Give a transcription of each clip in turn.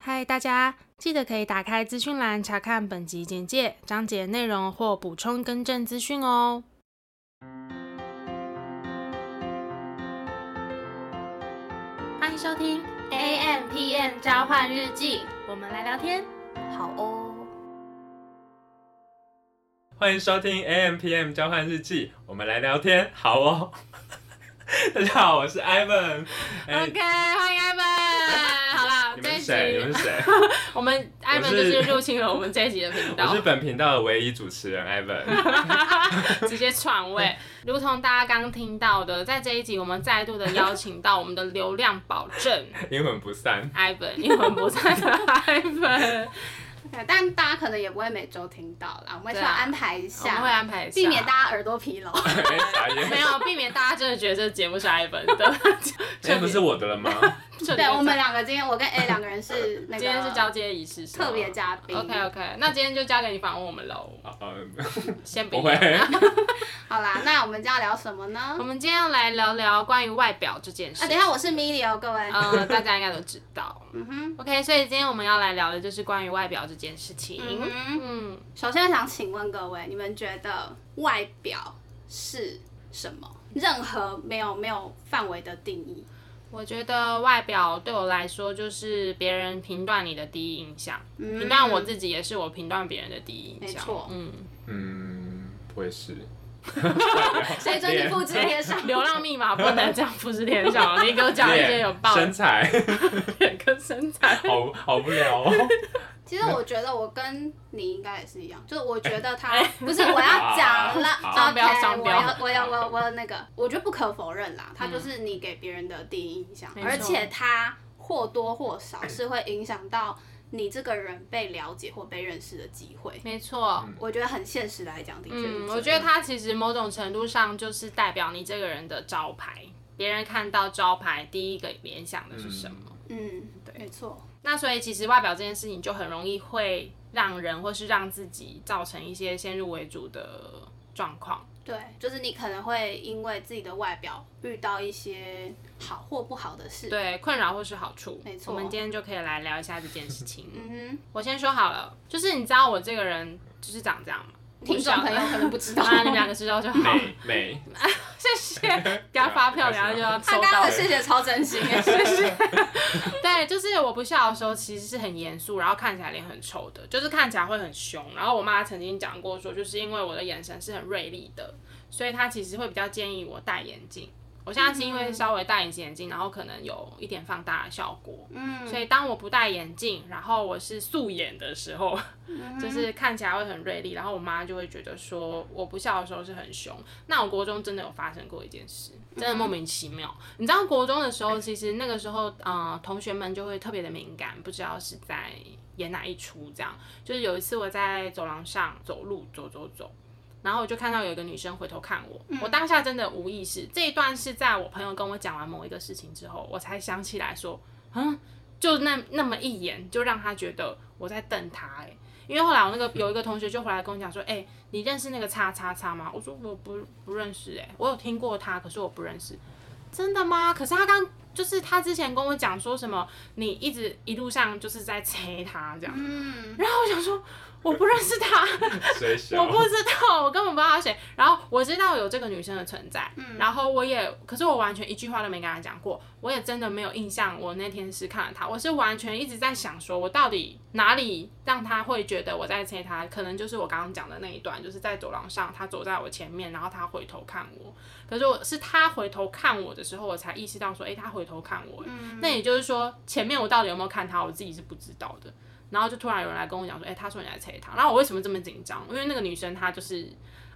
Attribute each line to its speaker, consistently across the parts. Speaker 1: 嗨，大家记得可以打开资讯栏查看本集简介、章节内容或补充更正资讯哦。欢迎收听 A M P M 交换日记，我们来聊天。
Speaker 2: 好哦，
Speaker 3: 欢迎收听 AM PM 交换日记，我们来聊天，好哦。 大家好，我是 Ivan。哎
Speaker 1: OK，欢迎艾 文。好啦，
Speaker 3: 你
Speaker 1: 这
Speaker 3: 们
Speaker 1: 一
Speaker 3: 是谁？你
Speaker 1: 集
Speaker 3: 们是谁？
Speaker 1: 我们艾文
Speaker 3: 我
Speaker 1: 就是是入侵了我们这一集的频
Speaker 3: 我
Speaker 1: 道
Speaker 3: 是，本频道的唯一主持人 Ivan。
Speaker 1: 直接篡位。如同大家刚听到的，在这一集我们再度的邀请到我们的流量保证。
Speaker 3: 阴魂 不散。
Speaker 1: Ivan，英文不在的 Ivan，
Speaker 2: 对但大家可能也不会每周听到啦，我们需
Speaker 1: 对啊
Speaker 2: 要安排
Speaker 1: 我
Speaker 2: 一
Speaker 1: 们会
Speaker 2: 下，
Speaker 1: 安排一下，
Speaker 2: 避免大家耳朵疲劳。
Speaker 3: 哎、傻 眼。
Speaker 1: 没有避免大家真的觉得这节目是 Ivan 的，
Speaker 3: 今哎天不是我 的了吗？
Speaker 1: 就
Speaker 2: 对我们两个今天，我跟 A 两个人是那个
Speaker 1: 今天是交接仪式是吗，
Speaker 2: 特别嘉宾。
Speaker 1: OK OK，那今天就交给你访问我们喽，
Speaker 3: 哦哦
Speaker 1: 先不
Speaker 3: 不
Speaker 1: 要
Speaker 3: 会。
Speaker 2: 好啦，那我们今天要聊什么呢？
Speaker 1: 我
Speaker 2: 啊，
Speaker 1: 们今天要来聊聊关于外表这件事。
Speaker 2: 等一下，我是 Milly 哦，各位。
Speaker 1: 呃，大家应该都知道。
Speaker 2: 嗯哼，
Speaker 1: OK，所以今天我们要来聊的就是关于外表这件事情。
Speaker 2: 嗯哼
Speaker 1: 嗯，
Speaker 2: 首先想请问各位，你们觉得外表是什么？任何没有没有范围的定义。
Speaker 1: 我觉得外表对我来说就是别人评断你的第一印象，
Speaker 2: 嗯
Speaker 1: 评断我自己也是我评断别人的第一印象。
Speaker 2: 没错
Speaker 1: 嗯，
Speaker 3: 嗯，我也是。
Speaker 2: 谁准你复制贴上？
Speaker 1: 流浪密码不能这样复制贴上， 你给我讲一些有爆
Speaker 3: 身材，
Speaker 1: 点跟身材。
Speaker 3: 好好不了哦。
Speaker 2: 其实我觉得我跟你应该也是一样，就是我觉得他不是我要 讲了
Speaker 3: 好，
Speaker 1: 商标
Speaker 2: OK，
Speaker 1: 商标嗯
Speaker 2: 我要我要我我那个，我觉得不可否认啦，他就是你给别人的第一印象
Speaker 1: 没，错
Speaker 2: 而且他或多或少是会影响到你这个人被了解或被认识的机会。
Speaker 1: 没错，
Speaker 2: 我觉得很现实来讲，的确是这
Speaker 1: 嗯，
Speaker 2: 样
Speaker 1: 我觉得它其实某种程度上就是代表你这个人的招牌，别人看到招牌第一个联想的是什么？
Speaker 2: 嗯，
Speaker 1: 对
Speaker 2: 没错，
Speaker 1: 那所以其实外表这件事情就很容易会让人或是让自己造成一些先入为主的状况。
Speaker 2: 对，就是你可能会因为自己的外表遇到一些好或不好的事。，
Speaker 1: 对，困扰或是好处，
Speaker 2: 没错
Speaker 1: 我们今天就可以来聊一下这件事情。
Speaker 2: 嗯
Speaker 1: 我先说好了，就是你知道我这个人就是长这样嘛，
Speaker 2: 哼，听众朋友可能不知道，
Speaker 1: 啊，你们两个知道就 好。
Speaker 3: 美美，
Speaker 1: 谢谢，给他发票，然后就要
Speaker 2: 他
Speaker 1: 收
Speaker 2: 刚刚
Speaker 1: 到
Speaker 2: 的。谢谢超真心 耶，
Speaker 1: 对，就是我不笑的时候其实是很严肃，然后看起来脸很臭的，就是看起来会很凶。然后我妈曾经讲过说，就是因为我的眼神是很锐利的，所以她其实会比较建议我戴眼镜。我现在是因为稍微戴隐形眼镜，然后可能有一点放大的效果，
Speaker 2: 嗯，
Speaker 1: 所以当我不戴眼镜，然后我是素颜的时候，就是看起来会很锐利，然后我妈就会觉得说我不笑的时候是很凶。那我国中真的有发生过一件事，真的莫名其妙。你知道国中的时候，其实那个时候呃，同学们就会特别的敏感，不知道是在演哪一出这样。就是有一次我在走廊上走路，走走走。然后我就看到有一个女生回头看我，我当下真的无意识。这一段是在我朋友跟我讲完某一个事情之后，我才想起来说，嗯，就那那么一眼就让他觉得我在瞪他、欸，因为后来我那个有一个同学就回来跟我讲说，哎、你认识那个叉叉叉吗？我说我不不认识、欸，哎，我有听过他，可是我不认识。真的吗？可是他刚就是他之前跟我讲说什么，你一直一路上就是在 催他这样，
Speaker 2: 嗯，
Speaker 1: 然后我想说我不认识他，
Speaker 3: 水小。
Speaker 1: 我不哦知道，我根本不知道她谁。然后我知道有这个女生的存在，然后我也，可是我完全一句话都没跟她讲过，我也真的没有印象。我那天是看了她，我是完全一直在想，说我到底哪里让她会觉得我在催她？可能就是我刚刚讲的那一段，就是在走廊上，她走在我前面，然后她回头看我。可是我是她回头看我的时候，我才意识到说，诶，她回头看我、诶那也就是说，前面我到底有没有看她，我自己是不知道的。然后就突然有人来跟我讲说，哎、他说你来催他。然后我为什么这么紧张？因为那个女生她就是，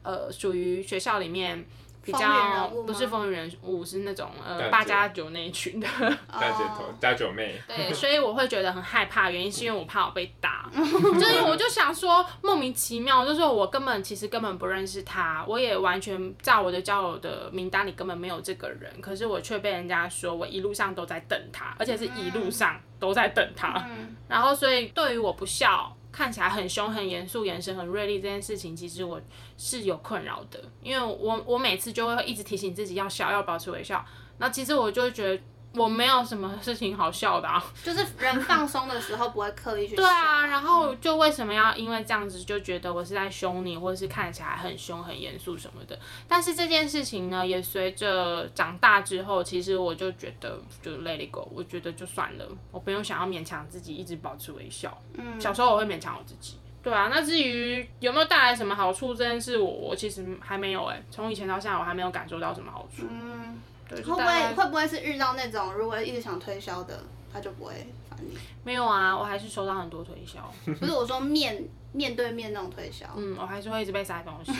Speaker 1: 呃，属于学校里面比
Speaker 2: 风云人
Speaker 1: 较
Speaker 2: 物吗
Speaker 1: 不是风云人物，是那种
Speaker 3: 大
Speaker 1: 呃
Speaker 3: 姐
Speaker 1: 八加九那一群的。
Speaker 3: 大姐头，大九妹。
Speaker 1: 对，所以我会觉得很害怕，原因是因为我怕我被 打，就是我就想说莫名其妙，就是我根本其实根本不认识他，我也完全在我的交友的名单里根本没有这个人，可是我却被人家说我一路上都在等他，而且是一路上都在等他，
Speaker 2: 嗯
Speaker 1: 然后所以对于我不笑。看起来很凶、很严肃、眼神很锐利这件事情，其实我是有困扰的，因为我我每次就会一直提醒自己要笑，要保持微笑。那其实我就会觉得我没有什么事情好笑的啊。
Speaker 2: 就是人放松的时候不会刻意去
Speaker 1: 对啊，
Speaker 2: 笑
Speaker 1: 然后就为什么要因为这样子就觉得我是在凶你，或者是看起来很凶、很严肃什么的？但是这件事情呢，也随着长大之后，其实我就觉得就 let it go，我觉得就算了，我不用想要勉强自己一直保持微笑。嗯，小时候我会勉强我自己。对啊，那至于有没有带来什么好处这件事我，我其实还没有哎、从以前到现在我还没有感受到什么好处。
Speaker 2: 嗯，
Speaker 1: 对，啊
Speaker 2: 会不
Speaker 1: 就大概
Speaker 2: 会会不会是遇到那种如果一直想推销的，他就不会烦你？
Speaker 1: 没有啊？我还是收到很多推销。
Speaker 2: 不是我说面面对面那种推销，
Speaker 1: 嗯，我还是会一直被塞东西。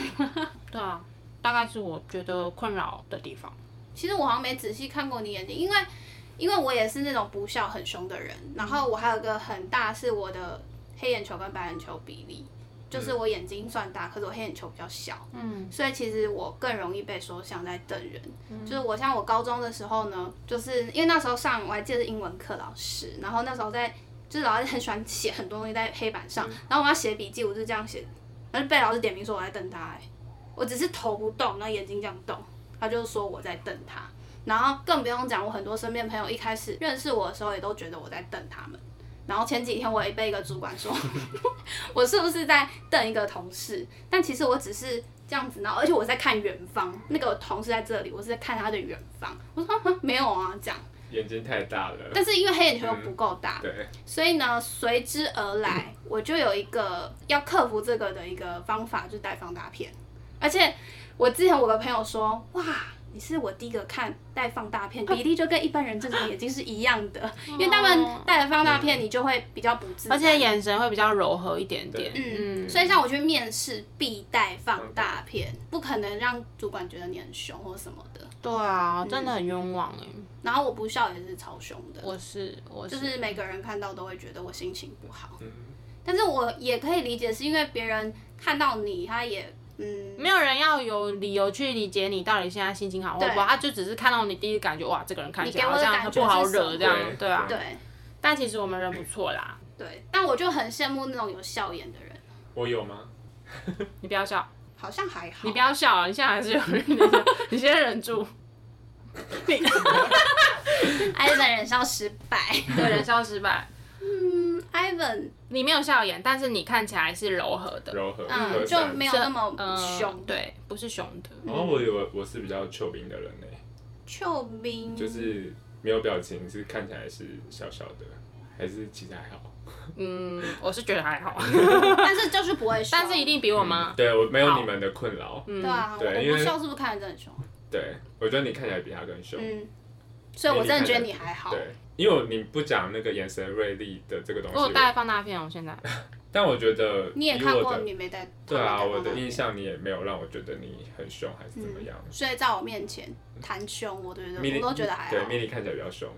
Speaker 1: 对啊，大概是我觉得困扰的地方。
Speaker 2: 其实我好像没仔细看过你眼睛，因为因为我也是那种不笑很凶的人，然后我还有一个很大是我的黑眼球跟白眼球比例，就是我眼睛算大，可是我黑眼球比较小，
Speaker 1: 嗯，
Speaker 2: 所以其实我更容易被说像在瞪人。就是我像我高中的时候呢，就是因为那时候上我还记得是英文课老师，然后那时候在就是老师很喜欢写很多东西在黑板上，然后我要写笔记，我就这样写，然后被老师点名说我在瞪他、欸，我只是头不动，然后眼睛这样动，他就说我在瞪他。然后更不用讲，我很多身边朋友一开始认识我的时候，也都觉得我在瞪他们。然后前几天我也被一个主管说， 我是不是在瞪一个同事？但其实我只是这样子，然后而且我在看远方，那个同事在这里，我是在看他的远方。我说啊没有啊，这样。
Speaker 3: 眼睛太大了。
Speaker 2: 但是因为黑眼圈又不够大，
Speaker 3: 嗯对，
Speaker 2: 所以呢，随之而来，我就有一个要克服这个的一个方法，就是戴放大片。而且我之前我的朋友说，哇，你是我第一个看戴放大片，比例就跟一般人正常眼睛是一样的，因为他们戴了放大片，你就会比较不自在。
Speaker 1: 而且眼神会比较柔和一点点。
Speaker 2: 嗯，所以像我去面试必带放大片，不可能让主管觉得你很凶或什么的。
Speaker 1: 对啊，真的很冤枉哎、
Speaker 2: 然后我不笑也是超凶的，
Speaker 1: 我是我是，
Speaker 2: 就是每个人看到都会觉得我心情不好。
Speaker 3: 嗯
Speaker 2: 但是我也可以理解，是因为别人看到你，他也嗯，
Speaker 1: 没有人要有理由去理解你到底现在心情好或不好，他就只是看到你第一感觉哇，这个人看起来
Speaker 2: 你给
Speaker 1: 好
Speaker 2: 我的
Speaker 1: 像
Speaker 2: 感
Speaker 1: 很
Speaker 2: 觉
Speaker 1: 不好
Speaker 2: 是什
Speaker 1: 惹
Speaker 2: 么
Speaker 1: 这样，
Speaker 3: 对
Speaker 1: 对啊。
Speaker 2: 对
Speaker 1: 但其实我们人不错啦，
Speaker 2: 对。但我就很羡慕那种有笑颜的人，
Speaker 3: 我有吗？
Speaker 1: 你不要笑，
Speaker 2: 好像还好。
Speaker 1: 你不要笑啊，你现在还是有人，你先忍住。 你
Speaker 2: Ivan 忍笑失败
Speaker 1: 对人笑失败，
Speaker 2: 嗯，Ivan
Speaker 1: 你没有笑颜，但是你看起来是柔和的，
Speaker 3: 柔和，
Speaker 2: 嗯
Speaker 3: 和
Speaker 2: 就
Speaker 3: 善
Speaker 2: 没有
Speaker 1: 这
Speaker 2: 那么
Speaker 1: 呃
Speaker 2: 凶。，嗯
Speaker 1: 对，不是凶的。
Speaker 3: 哦，我以为我是比较丘冰的人呢，
Speaker 2: 救命！
Speaker 3: 就是没有表情，是看起来是小小的，还是其实还好。
Speaker 1: 嗯，我是觉得还好，
Speaker 2: 但是就是不会笑，
Speaker 1: 但是一定比我妈。
Speaker 3: 嗯对我没有
Speaker 1: 好
Speaker 3: 你们的困扰。
Speaker 2: 对啊，
Speaker 3: 对
Speaker 2: 我
Speaker 3: 因
Speaker 2: 不
Speaker 3: 为
Speaker 2: 笑是不是看着真的很凶？
Speaker 3: 对，我觉得你看起来比他更凶。
Speaker 2: 嗯，所以我真的觉得你还好。
Speaker 3: 对，因为你不讲那个眼神锐利的这个东
Speaker 1: 我
Speaker 3: 西
Speaker 1: 有，带放大片哦，我现在
Speaker 3: 但我觉得
Speaker 2: 你也
Speaker 3: 以
Speaker 2: 看
Speaker 3: 我
Speaker 2: 过
Speaker 3: 的，
Speaker 2: 你没嗯戴，
Speaker 3: 对啊，
Speaker 2: 他没戴
Speaker 3: 我
Speaker 2: 放大
Speaker 3: 的
Speaker 2: 片
Speaker 3: 印。象你也没有让我觉得你很凶还是怎么样。
Speaker 2: 所以在我面前谈凶，我对
Speaker 3: 米
Speaker 2: 对，
Speaker 3: 莉
Speaker 2: 我都觉得还好
Speaker 3: 对，。米莉看起来比较凶。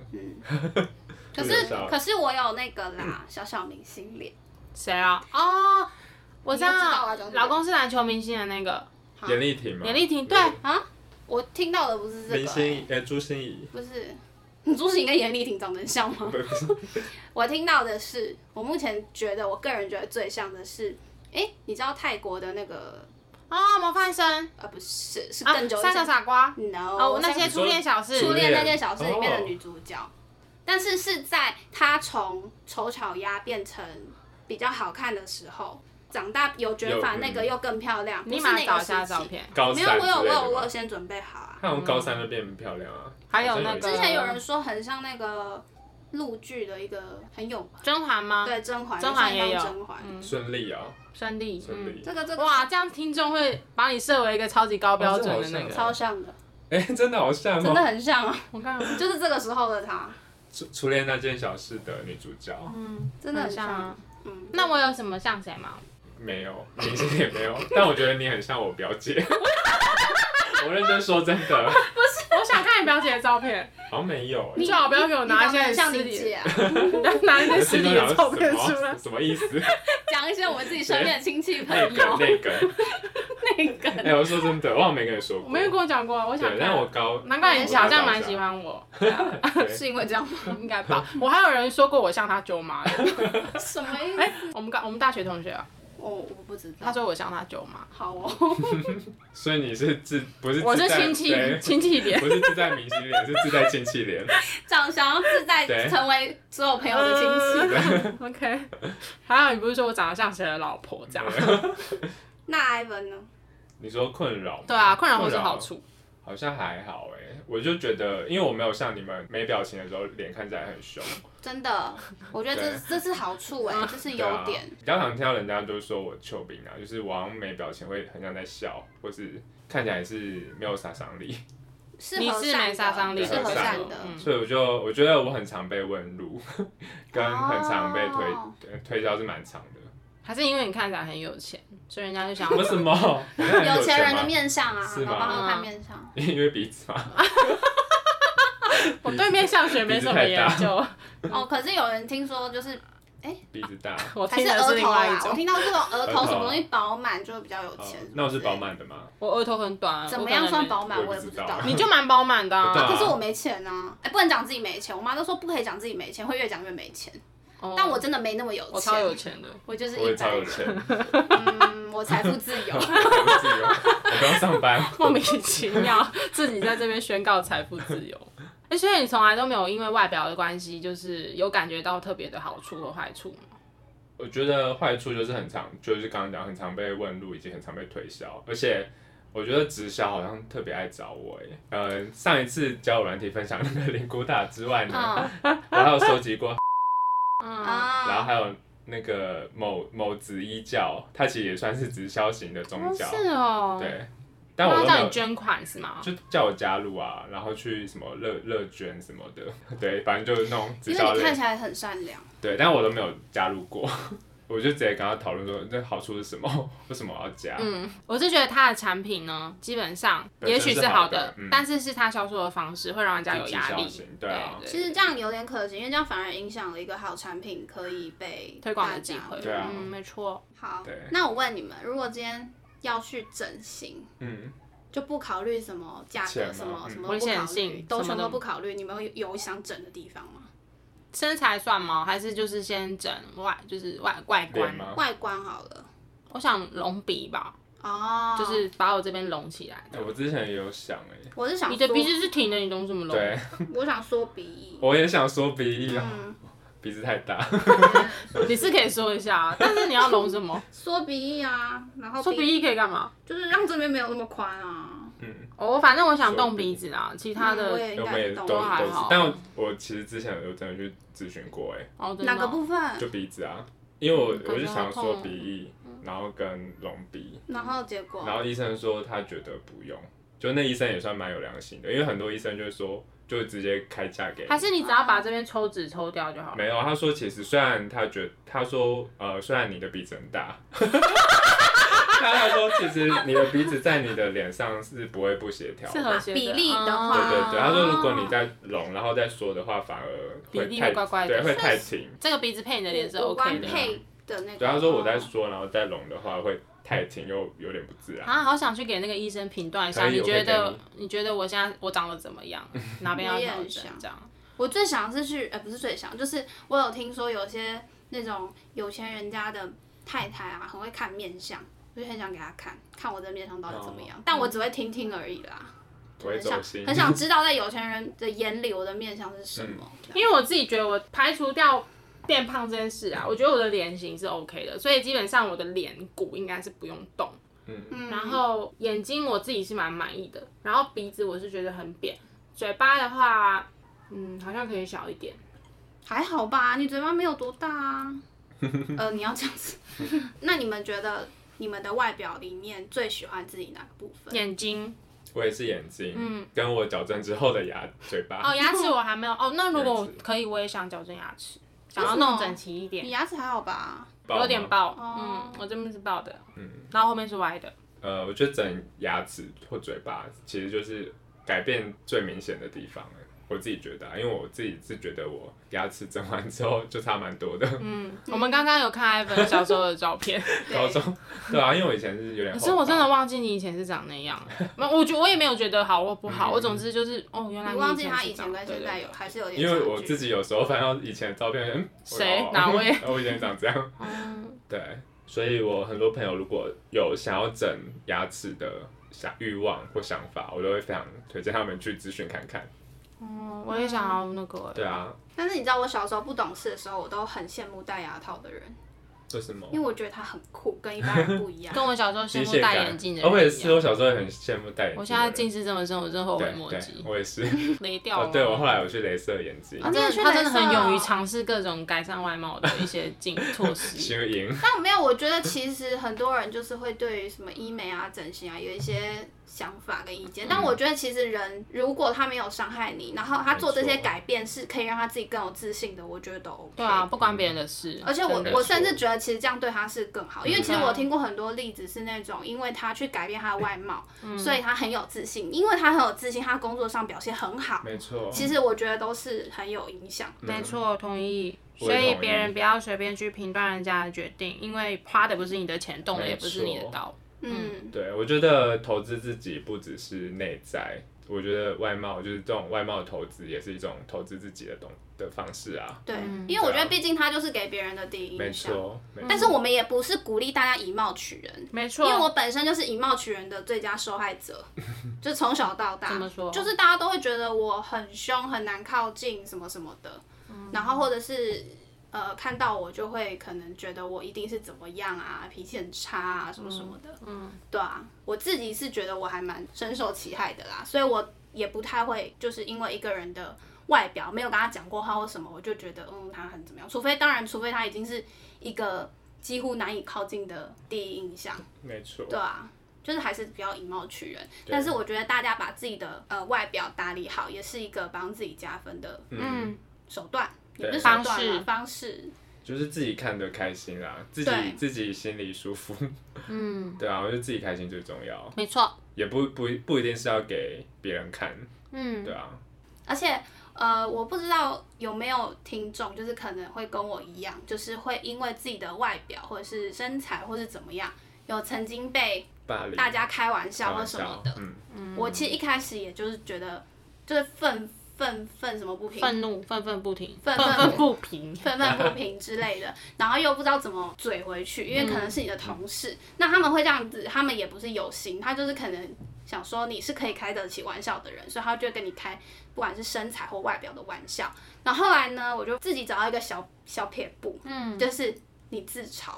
Speaker 2: 可
Speaker 3: 就是有笑
Speaker 2: 可是我有那个啦，小小明星脸，
Speaker 1: 谁啊？哦，我知道，
Speaker 2: 你就知道啊就是
Speaker 1: 老公是篮球明星的那个
Speaker 2: 好
Speaker 3: 严丽婷嘛，
Speaker 1: 严丽婷，对，
Speaker 2: 啊，我听到的不是这
Speaker 3: 林
Speaker 2: 个、
Speaker 3: 心
Speaker 2: 欸，
Speaker 3: 呃朱心怡，
Speaker 2: 不是。你朱行跟严丽婷长得很像吗？ 我听到的是，我目前觉得，我个人觉得最像的是，哎、你知道泰国的那个，
Speaker 1: 哦，模范生，
Speaker 2: 呃，不是，是
Speaker 1: 啊
Speaker 2: 更久以
Speaker 1: 三个
Speaker 2: 前、
Speaker 1: 傻瓜，
Speaker 2: no，
Speaker 1: 哦，那
Speaker 2: 三
Speaker 1: 些初恋小事，
Speaker 2: 初
Speaker 3: 初
Speaker 2: 恋
Speaker 3: 恋
Speaker 2: 那件小事里面的
Speaker 3: 哦
Speaker 2: 女主角，但是是在她从丑小鸭变成比较好看的时候，长大有卷发
Speaker 3: 有嗯
Speaker 2: 那个又更漂亮，
Speaker 1: 立
Speaker 2: 不是
Speaker 1: 马
Speaker 2: 那
Speaker 1: 找
Speaker 2: 个
Speaker 1: 一下
Speaker 2: 时期
Speaker 1: 照。片。
Speaker 3: 高
Speaker 2: 没有，
Speaker 3: 三
Speaker 2: 我
Speaker 3: 之
Speaker 2: 有我
Speaker 3: 类
Speaker 2: 有
Speaker 3: 的
Speaker 2: 我有
Speaker 3: 吧。
Speaker 2: 先准备好啊。
Speaker 3: 她从高三就变漂亮啊，
Speaker 1: 还有
Speaker 3: 好像
Speaker 1: 那
Speaker 3: 一
Speaker 1: 个
Speaker 2: 之
Speaker 3: 集
Speaker 2: 前有人说很像那个陆剧的一个很有
Speaker 1: 甄嬛吗？
Speaker 2: 对甄嬛，
Speaker 1: 啊甄嬛也
Speaker 2: 有
Speaker 1: 有
Speaker 2: 甄嬛。
Speaker 3: 孙俪啊，
Speaker 1: 孙俪，
Speaker 3: 孙
Speaker 1: 嗯，
Speaker 3: 俪，
Speaker 2: 这个这个
Speaker 1: 哇，这样听众会把你设为一个超级高标准的那
Speaker 3: 哦这
Speaker 1: 个。
Speaker 3: 好
Speaker 2: 超像的，
Speaker 3: 哎，真的好像
Speaker 2: 真的
Speaker 3: 哦，
Speaker 2: 很像啊，
Speaker 1: 我看看，
Speaker 2: 就是这个时候的她，
Speaker 3: 初初恋那件小事的女主角
Speaker 1: 嗯，
Speaker 2: 真的很
Speaker 1: 像
Speaker 2: 像
Speaker 1: 啊。。
Speaker 2: 嗯，
Speaker 1: 那我有什么像谁吗？
Speaker 3: 没有， 明星也没有，但我觉得你很像我表姐， 我认真说真的，
Speaker 1: 我想看你表姐的照片，
Speaker 3: 好像没有
Speaker 1: 你
Speaker 3: 哎。
Speaker 1: 最好不要给我拿一
Speaker 2: 你长得
Speaker 1: 些
Speaker 2: 很像
Speaker 1: 尸
Speaker 2: 你姐
Speaker 1: 体，
Speaker 2: 啊，
Speaker 1: 拿一些尸
Speaker 3: 心中
Speaker 1: 体
Speaker 3: 想
Speaker 1: 的照
Speaker 3: 说
Speaker 1: 片
Speaker 3: 什
Speaker 1: 出来
Speaker 3: 么？。什么意思？
Speaker 2: 讲一些我们自己身边的亲戚朋
Speaker 3: 那个
Speaker 2: 友。
Speaker 3: 那个，
Speaker 2: 那个
Speaker 3: 哎，我说真的，我好像没跟你说
Speaker 1: 我
Speaker 3: 过
Speaker 1: 没。有跟我讲过啊，我想
Speaker 3: 对，
Speaker 1: 看
Speaker 3: 但。我高，
Speaker 1: 难怪你
Speaker 3: 我
Speaker 1: 好
Speaker 3: 高
Speaker 1: 像蛮
Speaker 3: 三
Speaker 1: 喜欢我，
Speaker 3: 对
Speaker 2: 是因为这样吗？
Speaker 1: 应该吧？我还有人说过我像他舅妈的，
Speaker 2: 什么意思？
Speaker 1: 我们高我们大学同学啊，
Speaker 2: 我我不知道。
Speaker 1: 哎他说我像他舅 妈，
Speaker 2: 好哦，
Speaker 3: 所以你是自不是
Speaker 1: 我
Speaker 3: 自
Speaker 1: 是
Speaker 3: 带
Speaker 1: 亲戚
Speaker 3: 对
Speaker 1: 亲戚脸。
Speaker 3: 不是自带明星脸，是自带亲戚脸。
Speaker 2: 想想要自在
Speaker 3: 对
Speaker 2: 成为所有朋友的亲 戚。
Speaker 1: 戚。OK，还好你不是说我长得像谁的老婆这样？
Speaker 2: 那 Ivan 呢？
Speaker 3: 你说困扰吗？
Speaker 1: 对啊，困扰或是好处。
Speaker 3: 好像还好哎、我就觉得，因为我没有像你们没表情的时候脸看起来很凶，
Speaker 2: 真的，我觉得这
Speaker 3: 对
Speaker 2: 这是好处
Speaker 1: 嗯
Speaker 2: 哎、这是
Speaker 3: 对
Speaker 2: 优点
Speaker 3: 啊。。比较常听到人家都说我丘病啊，就是我好像没表情会很像在笑，或是看起来是没有杀伤力，
Speaker 2: 是
Speaker 1: 你
Speaker 2: 和
Speaker 1: 是
Speaker 2: 善
Speaker 1: 没杀
Speaker 2: 的
Speaker 1: 伤力
Speaker 2: 是和
Speaker 3: 和
Speaker 2: 善
Speaker 3: 善
Speaker 2: 的
Speaker 1: 的。嗯
Speaker 3: 所以我就我觉得我很常被问路， 跟很常被推、
Speaker 2: 哦
Speaker 3: 对推销是蛮常的。
Speaker 1: 还是因为你看起来很有钱，所以人家就想
Speaker 3: 为 什么？你看很
Speaker 2: 有钱人
Speaker 3: 吗
Speaker 2: 的面相啊，
Speaker 3: 是
Speaker 2: 然后
Speaker 3: 吗
Speaker 1: 嗯
Speaker 2: 帮他看面相。啊
Speaker 3: 因为鼻子嘛，
Speaker 1: 我对面相学没什么研究，
Speaker 2: 哦，可是有人听说就是
Speaker 3: 鼻子大。
Speaker 1: 我
Speaker 2: 还
Speaker 1: 听
Speaker 2: 是
Speaker 1: 的是
Speaker 2: 额
Speaker 1: 另
Speaker 2: 头
Speaker 1: 外一
Speaker 2: 啦，我
Speaker 1: 种。
Speaker 2: 听到这种额
Speaker 3: 额
Speaker 2: 头
Speaker 3: 头
Speaker 2: 什么东西饱满就会比较有钱
Speaker 3: 哦。那我是饱，满的吗？
Speaker 1: 我额头很短啊，
Speaker 2: 怎
Speaker 1: 我
Speaker 2: 么
Speaker 1: 可能
Speaker 2: 样算
Speaker 1: 没？
Speaker 2: 饱满我
Speaker 3: 我
Speaker 2: 也
Speaker 3: 也
Speaker 2: 不
Speaker 3: 不
Speaker 2: 知
Speaker 3: 知
Speaker 2: 道。
Speaker 3: 道
Speaker 1: 你就蛮饱满的
Speaker 3: 对
Speaker 1: 啊。
Speaker 3: 啊
Speaker 2: 可是我没钱啊，哎，不能讲自己没钱，我妈都说不可以讲自己没钱，会越讲越没钱。
Speaker 1: 哦
Speaker 2: 但我真的没那么有
Speaker 1: 我超有
Speaker 2: 钱，
Speaker 1: 钱的，
Speaker 2: 我就是
Speaker 3: 我
Speaker 2: 一
Speaker 3: 也超
Speaker 2: 般
Speaker 3: 有
Speaker 2: 人，
Speaker 3: 钱，
Speaker 2: 嗯，我财富自由
Speaker 3: 我。自由，我不用上班。
Speaker 1: 莫名其妙 自己在这边宣告财富自由。 哎，所以你从来都没有因为外表的关系，就是有感觉到特别的好处和坏处吗？
Speaker 3: 我觉得坏处就是很常，就是刚刚讲很常被问路，以及很常被推销，而且我觉得直销好像特别爱找我诶。呃，上一次交友软体分享那个灵骨塔之 外呢，
Speaker 2: 嗯
Speaker 3: 我还有收集过，
Speaker 1: 嗯，
Speaker 3: 然后
Speaker 2: 啊，
Speaker 3: 还有那个某某子一教，它其实也算是直销型的宗
Speaker 1: 哦
Speaker 3: 教，
Speaker 1: 是哦，，
Speaker 3: 对。但我都没
Speaker 1: 叫
Speaker 3: 有
Speaker 1: 你，捐款是吗？
Speaker 3: 就叫我加入啊，然后去什么乐乐捐什么的， 对，反正就是那种直
Speaker 2: 因
Speaker 3: 销
Speaker 2: 为
Speaker 3: 类
Speaker 2: 你
Speaker 3: 的
Speaker 2: 看起来很善良，
Speaker 3: 对，但我都没有加入过，我就直接跟他讨论说，这好处是什么？为什么我要加？
Speaker 1: 嗯，我是觉得它的产品呢，基本上
Speaker 3: 本
Speaker 1: 也
Speaker 3: 身
Speaker 1: 许
Speaker 3: 是
Speaker 1: 是
Speaker 3: 好
Speaker 1: 好
Speaker 3: 的
Speaker 1: 的，
Speaker 3: 嗯
Speaker 1: 但是是它销售的方式会让人家有
Speaker 3: 就
Speaker 1: 压
Speaker 3: 直销
Speaker 1: 力
Speaker 3: 型。对啊
Speaker 1: 对
Speaker 2: 其实这样有点可惜，因为这样反而影响了一个好产品可以被
Speaker 1: 推广的
Speaker 2: 大
Speaker 1: 机
Speaker 2: 家
Speaker 1: 会，
Speaker 3: 对啊
Speaker 1: 嗯，没错。
Speaker 2: 好
Speaker 3: 对，
Speaker 2: 那我问你们，如果今天要去整形，
Speaker 3: 嗯，
Speaker 2: 就不考虑什么价
Speaker 3: 钱
Speaker 2: 格、
Speaker 3: 吗
Speaker 2: 什么
Speaker 3: 嗯
Speaker 2: 什么
Speaker 1: 危
Speaker 2: 都不
Speaker 1: 险
Speaker 2: 考虑，
Speaker 1: 性
Speaker 2: 都
Speaker 1: 什么
Speaker 2: 全
Speaker 1: 的
Speaker 2: 都不考虑，你们有有想整的地方吗？
Speaker 1: 身材算吗？还是就是先整外，就是外外观
Speaker 3: 脸？吗？
Speaker 2: 外观好了，
Speaker 1: 我想隆鼻吧，
Speaker 2: 哦，
Speaker 1: 就是把我这边隆起来。
Speaker 3: 哎我之前也有想哎、
Speaker 2: 我是想
Speaker 1: 你的
Speaker 2: 缩
Speaker 1: 鼻，子是挺的，你隆什么隆？
Speaker 3: 对，
Speaker 2: 我想缩鼻翼，
Speaker 3: 我也想说鼻翼啊，
Speaker 2: 嗯，
Speaker 3: 鼻子太大，
Speaker 1: 你是可以说一下啊，但是你要隆什么？
Speaker 2: 缩鼻翼啊，然后
Speaker 1: 说鼻翼可以干嘛？
Speaker 2: 就是让这边没有那么宽啊，
Speaker 3: 嗯，
Speaker 1: 哦，反正我想
Speaker 3: 说
Speaker 1: 动
Speaker 3: 鼻
Speaker 1: 鼻子啊，其他
Speaker 2: 嗯我
Speaker 1: 的
Speaker 2: 也应
Speaker 3: 我们也
Speaker 2: 该懂
Speaker 3: 都都
Speaker 1: 还
Speaker 3: 是
Speaker 1: 好，
Speaker 3: 但我我其实之前有真的去咨询过哎、
Speaker 1: 哦，真的
Speaker 2: 哪个
Speaker 1: 哦
Speaker 2: 部分，
Speaker 3: 就鼻子啊，因为我
Speaker 1: 嗯感
Speaker 3: 我就
Speaker 1: 觉好
Speaker 3: 想说
Speaker 1: 痛哦
Speaker 3: 鼻翼，然后跟隆鼻，
Speaker 2: 然后结果
Speaker 3: 然后医生说他觉得不用，就那医生也算蛮有良心的，因为很多医生就会说，就会直接开价给你
Speaker 1: 还是你只要把这边抽脂抽掉就好了。
Speaker 3: 没有，他说其实虽然他觉他说呃，虽然你的鼻子很大， 但他说其实你的鼻子在你的脸上是不会不协调的。
Speaker 1: 是
Speaker 3: 对
Speaker 1: 和谐的
Speaker 2: 比例的
Speaker 1: 嗯
Speaker 2: 话哦
Speaker 3: 对对，他说如果你再拢，然后再缩的话，反而会
Speaker 1: 比例
Speaker 3: 太
Speaker 1: 会怪怪的
Speaker 3: 对，会太挺。
Speaker 1: 这个鼻子配你的脸是
Speaker 2: 五
Speaker 1: OK
Speaker 2: 官
Speaker 1: 的。
Speaker 2: 配的那个，
Speaker 3: 对，他说我在缩，然后再拢的话会太挺，又有点不自然。
Speaker 1: 啊，好想去给那个医生评断一下，
Speaker 3: 可以
Speaker 1: 你
Speaker 3: 我
Speaker 1: 觉
Speaker 3: 会给
Speaker 1: 得你觉得我现在我长得怎么 样，哪边要
Speaker 2: 我也
Speaker 1: 调
Speaker 2: 很
Speaker 1: 整
Speaker 2: 想
Speaker 1: 这样？
Speaker 2: 我最想是去，呃，不是最想，就是我有听说有些那种有钱人家的太太啊，很会看面相，我就很想给她看看我的面相到底怎么样，但我只会听听而已啦。
Speaker 3: 我会
Speaker 2: 很
Speaker 3: 哦走
Speaker 2: 想
Speaker 3: 心，
Speaker 2: 很想知道在有钱人的眼里我的面相是什
Speaker 3: 嗯
Speaker 2: 么。这样
Speaker 1: 因为我自己觉得我排除掉变胖这件事啊，我觉得我的脸型是 OK 的，所以基本上我的脸骨应该是不用动。
Speaker 2: 嗯
Speaker 1: 然后眼睛我自己是蛮满意的，然后鼻子我是觉得很扁，嘴巴的话，嗯，好像可以小一点。
Speaker 2: 还好吧，你嘴巴没有多大 啊。呃，你要这样子， 那你们觉得你们的外表里面最喜欢自己哪个部分？
Speaker 1: 眼睛
Speaker 3: 我也是眼睛，
Speaker 1: 嗯
Speaker 3: 跟我矫正之后的牙嘴巴，
Speaker 1: 哦，牙齿我还没有哦。那如果我
Speaker 3: 牙齿
Speaker 1: 可以，我也想矫正牙齿，想要弄整齐一点
Speaker 2: 你。牙齿还好吧？
Speaker 3: 爆
Speaker 1: 有点
Speaker 3: 吗。
Speaker 1: 爆，
Speaker 2: 哦
Speaker 1: 嗯，我这边是爆的，
Speaker 3: 嗯
Speaker 1: 然后后面是歪的，
Speaker 3: 呃，我觉得整牙齿或嘴巴其实就是改变最明显的地方了。我自己觉得、啊，因为我自己是觉得我牙齿整完之后就差蛮多的。
Speaker 1: 嗯，我们刚刚有看 Ivan 小时候的照片，
Speaker 3: 高
Speaker 2: 对，
Speaker 3: 中对啊，因为我以前是有点
Speaker 1: 可
Speaker 3: 厚 发，
Speaker 1: 是我真的忘记你以前是长 那样，没有我觉我也没有觉得好或不好，
Speaker 3: 嗯
Speaker 1: 我总之就是哦，原来
Speaker 2: 你忘记他
Speaker 1: 以
Speaker 2: 以
Speaker 1: 前
Speaker 2: 前
Speaker 1: 是长
Speaker 2: 跟现在有还是有点
Speaker 3: 因为
Speaker 2: 差
Speaker 3: 我
Speaker 2: 距
Speaker 3: 自己有时候翻到以前的照片，嗯，
Speaker 1: 谁
Speaker 3: 哦
Speaker 1: 哪位？
Speaker 3: 我以前长这样，
Speaker 2: 哦
Speaker 1: 对对对嗯
Speaker 3: 对，所以我很多朋友如果有想要整牙齿的想欲望或想法，我都会非常推荐他们去咨询看看。
Speaker 1: 哦，我也想要那个欸，
Speaker 3: 对啊，
Speaker 2: 但是你知道我小时候不懂事的时候，我都很羡慕戴牙套的人，
Speaker 3: 为什么？
Speaker 2: 因为我觉得他很酷，跟一般人不一样。
Speaker 1: 跟我小时候羡
Speaker 3: 机
Speaker 1: 慕
Speaker 3: 械
Speaker 1: 戴
Speaker 3: 感
Speaker 1: 眼镜的
Speaker 3: 哦，我也
Speaker 1: 人一
Speaker 3: 是，我
Speaker 1: 样。
Speaker 3: 小时候也很羡慕戴眼镜的人。
Speaker 1: 我现在近视这么深，我真后悔莫
Speaker 3: 对对
Speaker 1: 及，
Speaker 3: 我也是。
Speaker 1: 雷掉
Speaker 3: 哦
Speaker 1: 了。，
Speaker 3: 对我后来我去镭射眼睛
Speaker 2: 啊，
Speaker 1: 真的
Speaker 2: 你也去
Speaker 1: 他真的
Speaker 2: 镭射
Speaker 1: 很
Speaker 2: 哦
Speaker 1: 勇于尝试各种改善外貌的一些 进措施。
Speaker 3: 行赢。
Speaker 2: 但没有，我觉得其实很多人就是会对于什么医美啊、整形啊有一些想法跟意见。但我觉得其实人如果他没有伤害你，然后他做这些
Speaker 3: 没错
Speaker 2: 改变是可以让他自己更有自信的，我觉得都 OK。
Speaker 1: 对啊，不关别人的事。
Speaker 2: 而且我
Speaker 1: 真的
Speaker 2: 我甚至觉得其实这样对他是更好，因为其实
Speaker 1: 嗯
Speaker 2: 我听过很多例子是那种，因为他去改变他的外貌，所以他很有自信，因为他很有自信，他工作上表现很好。
Speaker 3: 没错，
Speaker 2: 其实我觉得都是很有影响。
Speaker 1: 没错，同意。
Speaker 3: 嗯我
Speaker 1: 所
Speaker 3: 也
Speaker 1: 以
Speaker 3: 同意
Speaker 1: 别人不要随便去评断人家的决定，因为花的不是你的钱，动的也不是你的刀。
Speaker 2: 嗯，
Speaker 3: 对我觉得投资自己不只是内在，我觉得外貌就是这种外貌的投资也是一种投资自己的东的方式啊。
Speaker 2: 对，因为我觉得毕竟他就是给别人的第一
Speaker 3: 没
Speaker 2: 印象。
Speaker 3: 错，
Speaker 1: 啊
Speaker 3: 没错
Speaker 2: 但是我们也不是鼓励大家以貌取人，
Speaker 1: 没
Speaker 2: 因
Speaker 1: 错，
Speaker 2: 为我本身就是以貌取人的最佳受 害者，就从小到大，
Speaker 1: 怎么说
Speaker 2: 就是大家都会觉得我很凶，很难靠近什么什么的，
Speaker 1: 嗯
Speaker 2: 然后或者是呃看到我就会可能觉得我一定是怎么样啊，脾气很差啊什么什么的，嗯，对啊，我自己是觉得我还蛮深受其害的啦，所以我也不太会就是因为一个人的。外表没有跟他讲过话或什么，我就觉得嗯他很怎么样，除非当然，除非他已经是一个几乎难以靠近的第一印象。
Speaker 3: 没错，
Speaker 2: 对啊，就是还是比较以貌取人。但是我觉得大家把自己的呃外表打理好，也是一个帮自己加分的
Speaker 1: 嗯，
Speaker 2: 手段，也
Speaker 3: 对
Speaker 2: 不是手段
Speaker 1: 方式
Speaker 2: 啦，方式。
Speaker 3: 就是自己看得开心啦，自己
Speaker 2: 对
Speaker 3: 自己心里舒服。 嗯，对啊，我觉得自己开心最重要，
Speaker 1: 没错，
Speaker 3: 也不不不一定是要给别人看。
Speaker 1: 嗯，
Speaker 3: 对啊，
Speaker 2: 而且呃，我不知道有没有听众，就是可能会跟我一样，就是会因为自己的外表或者是身材或是怎么样，有曾经被
Speaker 3: 霸凌
Speaker 2: 大家开玩
Speaker 3: 开
Speaker 2: 笑或
Speaker 3: 玩
Speaker 2: 什么
Speaker 3: 笑
Speaker 2: 的。，
Speaker 3: 嗯，
Speaker 2: 我其实一开始也就是觉得，就是愤愤愤什么不平，
Speaker 1: 愤怒愤愤不停，
Speaker 2: 愤
Speaker 1: 愤
Speaker 2: 愤
Speaker 1: 愤不平。
Speaker 2: 愤愤不平之类的，然后又不知道怎么嘴回去，因为可能是你的同事，那他们会这样子，他们也不是有心，他就是可能想说你是可以开得起玩笑的人，所以他就会跟你开不管是身材或外表的玩笑。然后后来呢，我就自己找到一个小小撇步，嗯，就是你自嘲，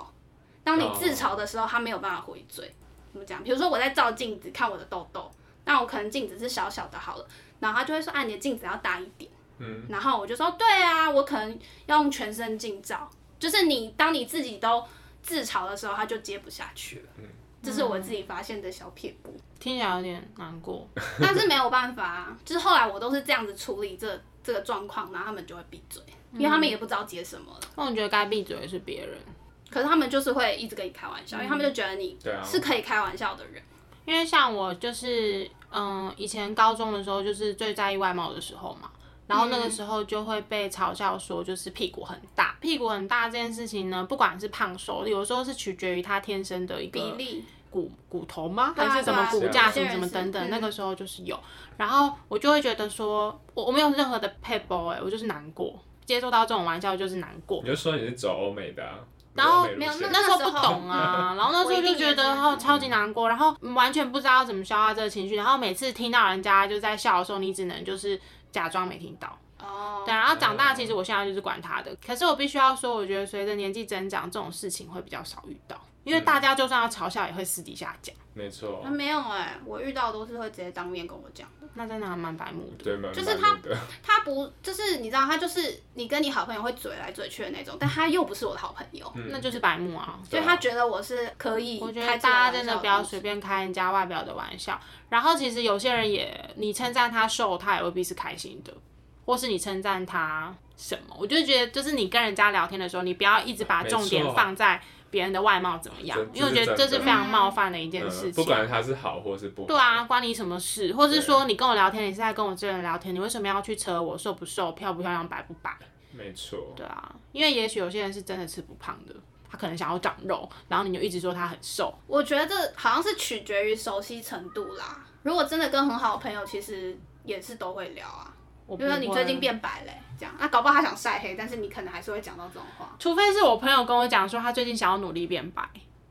Speaker 2: 当你自嘲的时候，他没有办法回嘴，怎么讲？比如说我在照镜子看我的痘痘，那我可能镜子是小小的好了，然后他就会说，啊，你的镜子要大一点。
Speaker 3: 嗯
Speaker 2: 然后我就说，对啊，我可能要用全身镜照，就是你当你自己都自嘲的时候，他就接不下去了。
Speaker 3: 嗯
Speaker 2: 这是我自己发现的小撇步，
Speaker 1: 听起来有点难过。
Speaker 2: 但是没有办法、啊，就是后来我都是这样子处理这这个状况，然后他们就会闭嘴，因为他们也不知道接什么了。
Speaker 1: 那我觉得该闭嘴的是别人，
Speaker 2: 可是他们就是会一直跟你开玩笑，因为他们就觉得你
Speaker 3: 对啊
Speaker 2: 是可以开玩笑的人。
Speaker 1: 因为像我就是，嗯，以前高中的时候就是最在意外貌的时候嘛，然后那
Speaker 2: 嗯
Speaker 1: 个时候就会被嘲笑说就是屁股很大，屁股很大这件事情呢，不管是胖瘦，有时候是取决于他天生的一个
Speaker 2: 比
Speaker 3: 啊
Speaker 2: 例，
Speaker 1: 骨骨头吗？
Speaker 2: 对啊
Speaker 1: 还是什么
Speaker 2: 对
Speaker 1: 骨
Speaker 2: 啊
Speaker 1: 架
Speaker 2: 是
Speaker 1: 型
Speaker 2: 啊
Speaker 1: 什么等
Speaker 2: 是
Speaker 1: 等？
Speaker 2: 嗯
Speaker 1: 那个时候就是有，然后我就会觉得说，我我没有任何的 p a p e 哎，我就是难过，接受到这种玩笑就是难过
Speaker 3: 你。就说你是走欧美的啊，
Speaker 1: 然后
Speaker 3: 走欧美路
Speaker 2: 没有
Speaker 3: 线
Speaker 1: 那时候
Speaker 2: 那时候
Speaker 1: 不懂啊， 然后那时
Speaker 2: 我
Speaker 1: 候
Speaker 2: 一定
Speaker 1: 就觉
Speaker 2: 也是嗯
Speaker 1: 得哦超级难过，然后完全不知道怎么消化这个情绪，然后每次听到人家就在笑的时候，你只能就是假装没听到。
Speaker 2: 哦，
Speaker 1: 对，啊然后长大其实我现在就是管他的，可是我必须要说，我觉得随着年纪增长，这种事情会比较少遇到，因为大家就算要嘲笑，也会私底下讲，
Speaker 3: 没错
Speaker 2: 啊，没有哎、我遇到都是会直接当面跟我讲。
Speaker 1: 那真的还蛮白目的。
Speaker 3: 对，蛮
Speaker 2: 就是
Speaker 3: 蛮多的
Speaker 2: 他不就是你知道，他就是你跟你好朋友会嘴来嘴去的那种，但他又不是我的好朋友，
Speaker 1: 那就是白目啊。
Speaker 2: 所以他觉得我是可以
Speaker 1: 我觉
Speaker 2: 开
Speaker 1: 得
Speaker 2: 这个
Speaker 1: 大家
Speaker 2: 玩笑
Speaker 1: 真的不要
Speaker 2: 东西
Speaker 1: 随便开人家外表的玩笑。然后其实有些人也，你称赞他瘦，他也未必是开心的，或是你称赞他什么，我就觉得就是你跟人家聊天的时候，你不要一直把
Speaker 3: 没
Speaker 1: 重点
Speaker 3: 错
Speaker 1: 放在别人的外貌怎么样
Speaker 3: 这，
Speaker 1: 因为我
Speaker 3: 这
Speaker 1: 觉
Speaker 3: 是
Speaker 1: 得这
Speaker 3: 真
Speaker 1: 是
Speaker 3: 的
Speaker 1: 非常冒犯的一件
Speaker 3: 嗯
Speaker 1: 事情。
Speaker 3: 不管他是好或是不好，
Speaker 1: 对啊，关你什么事？或是
Speaker 3: 对
Speaker 1: 说你跟我聊天，你是在跟我这个人聊天，你为什么要去扯我瘦不瘦、漂不漂亮、白不白？
Speaker 3: 没错，
Speaker 1: 对啊，因为也许有些人是真的吃不胖的，他可能想要长肉，然后你就一直说他很瘦，
Speaker 2: 我觉得这好像是取决于熟悉程度啦。如果真的跟很好的朋友，其实也是都会聊啊。
Speaker 1: 我
Speaker 2: 比
Speaker 1: 不
Speaker 2: 如说你最近
Speaker 1: 会
Speaker 2: 变白嘞、这样，那、搞不好他想晒黑，但是你可能还是会讲到这种话。
Speaker 1: 除非是我朋友跟我讲说他最近想要努力变白，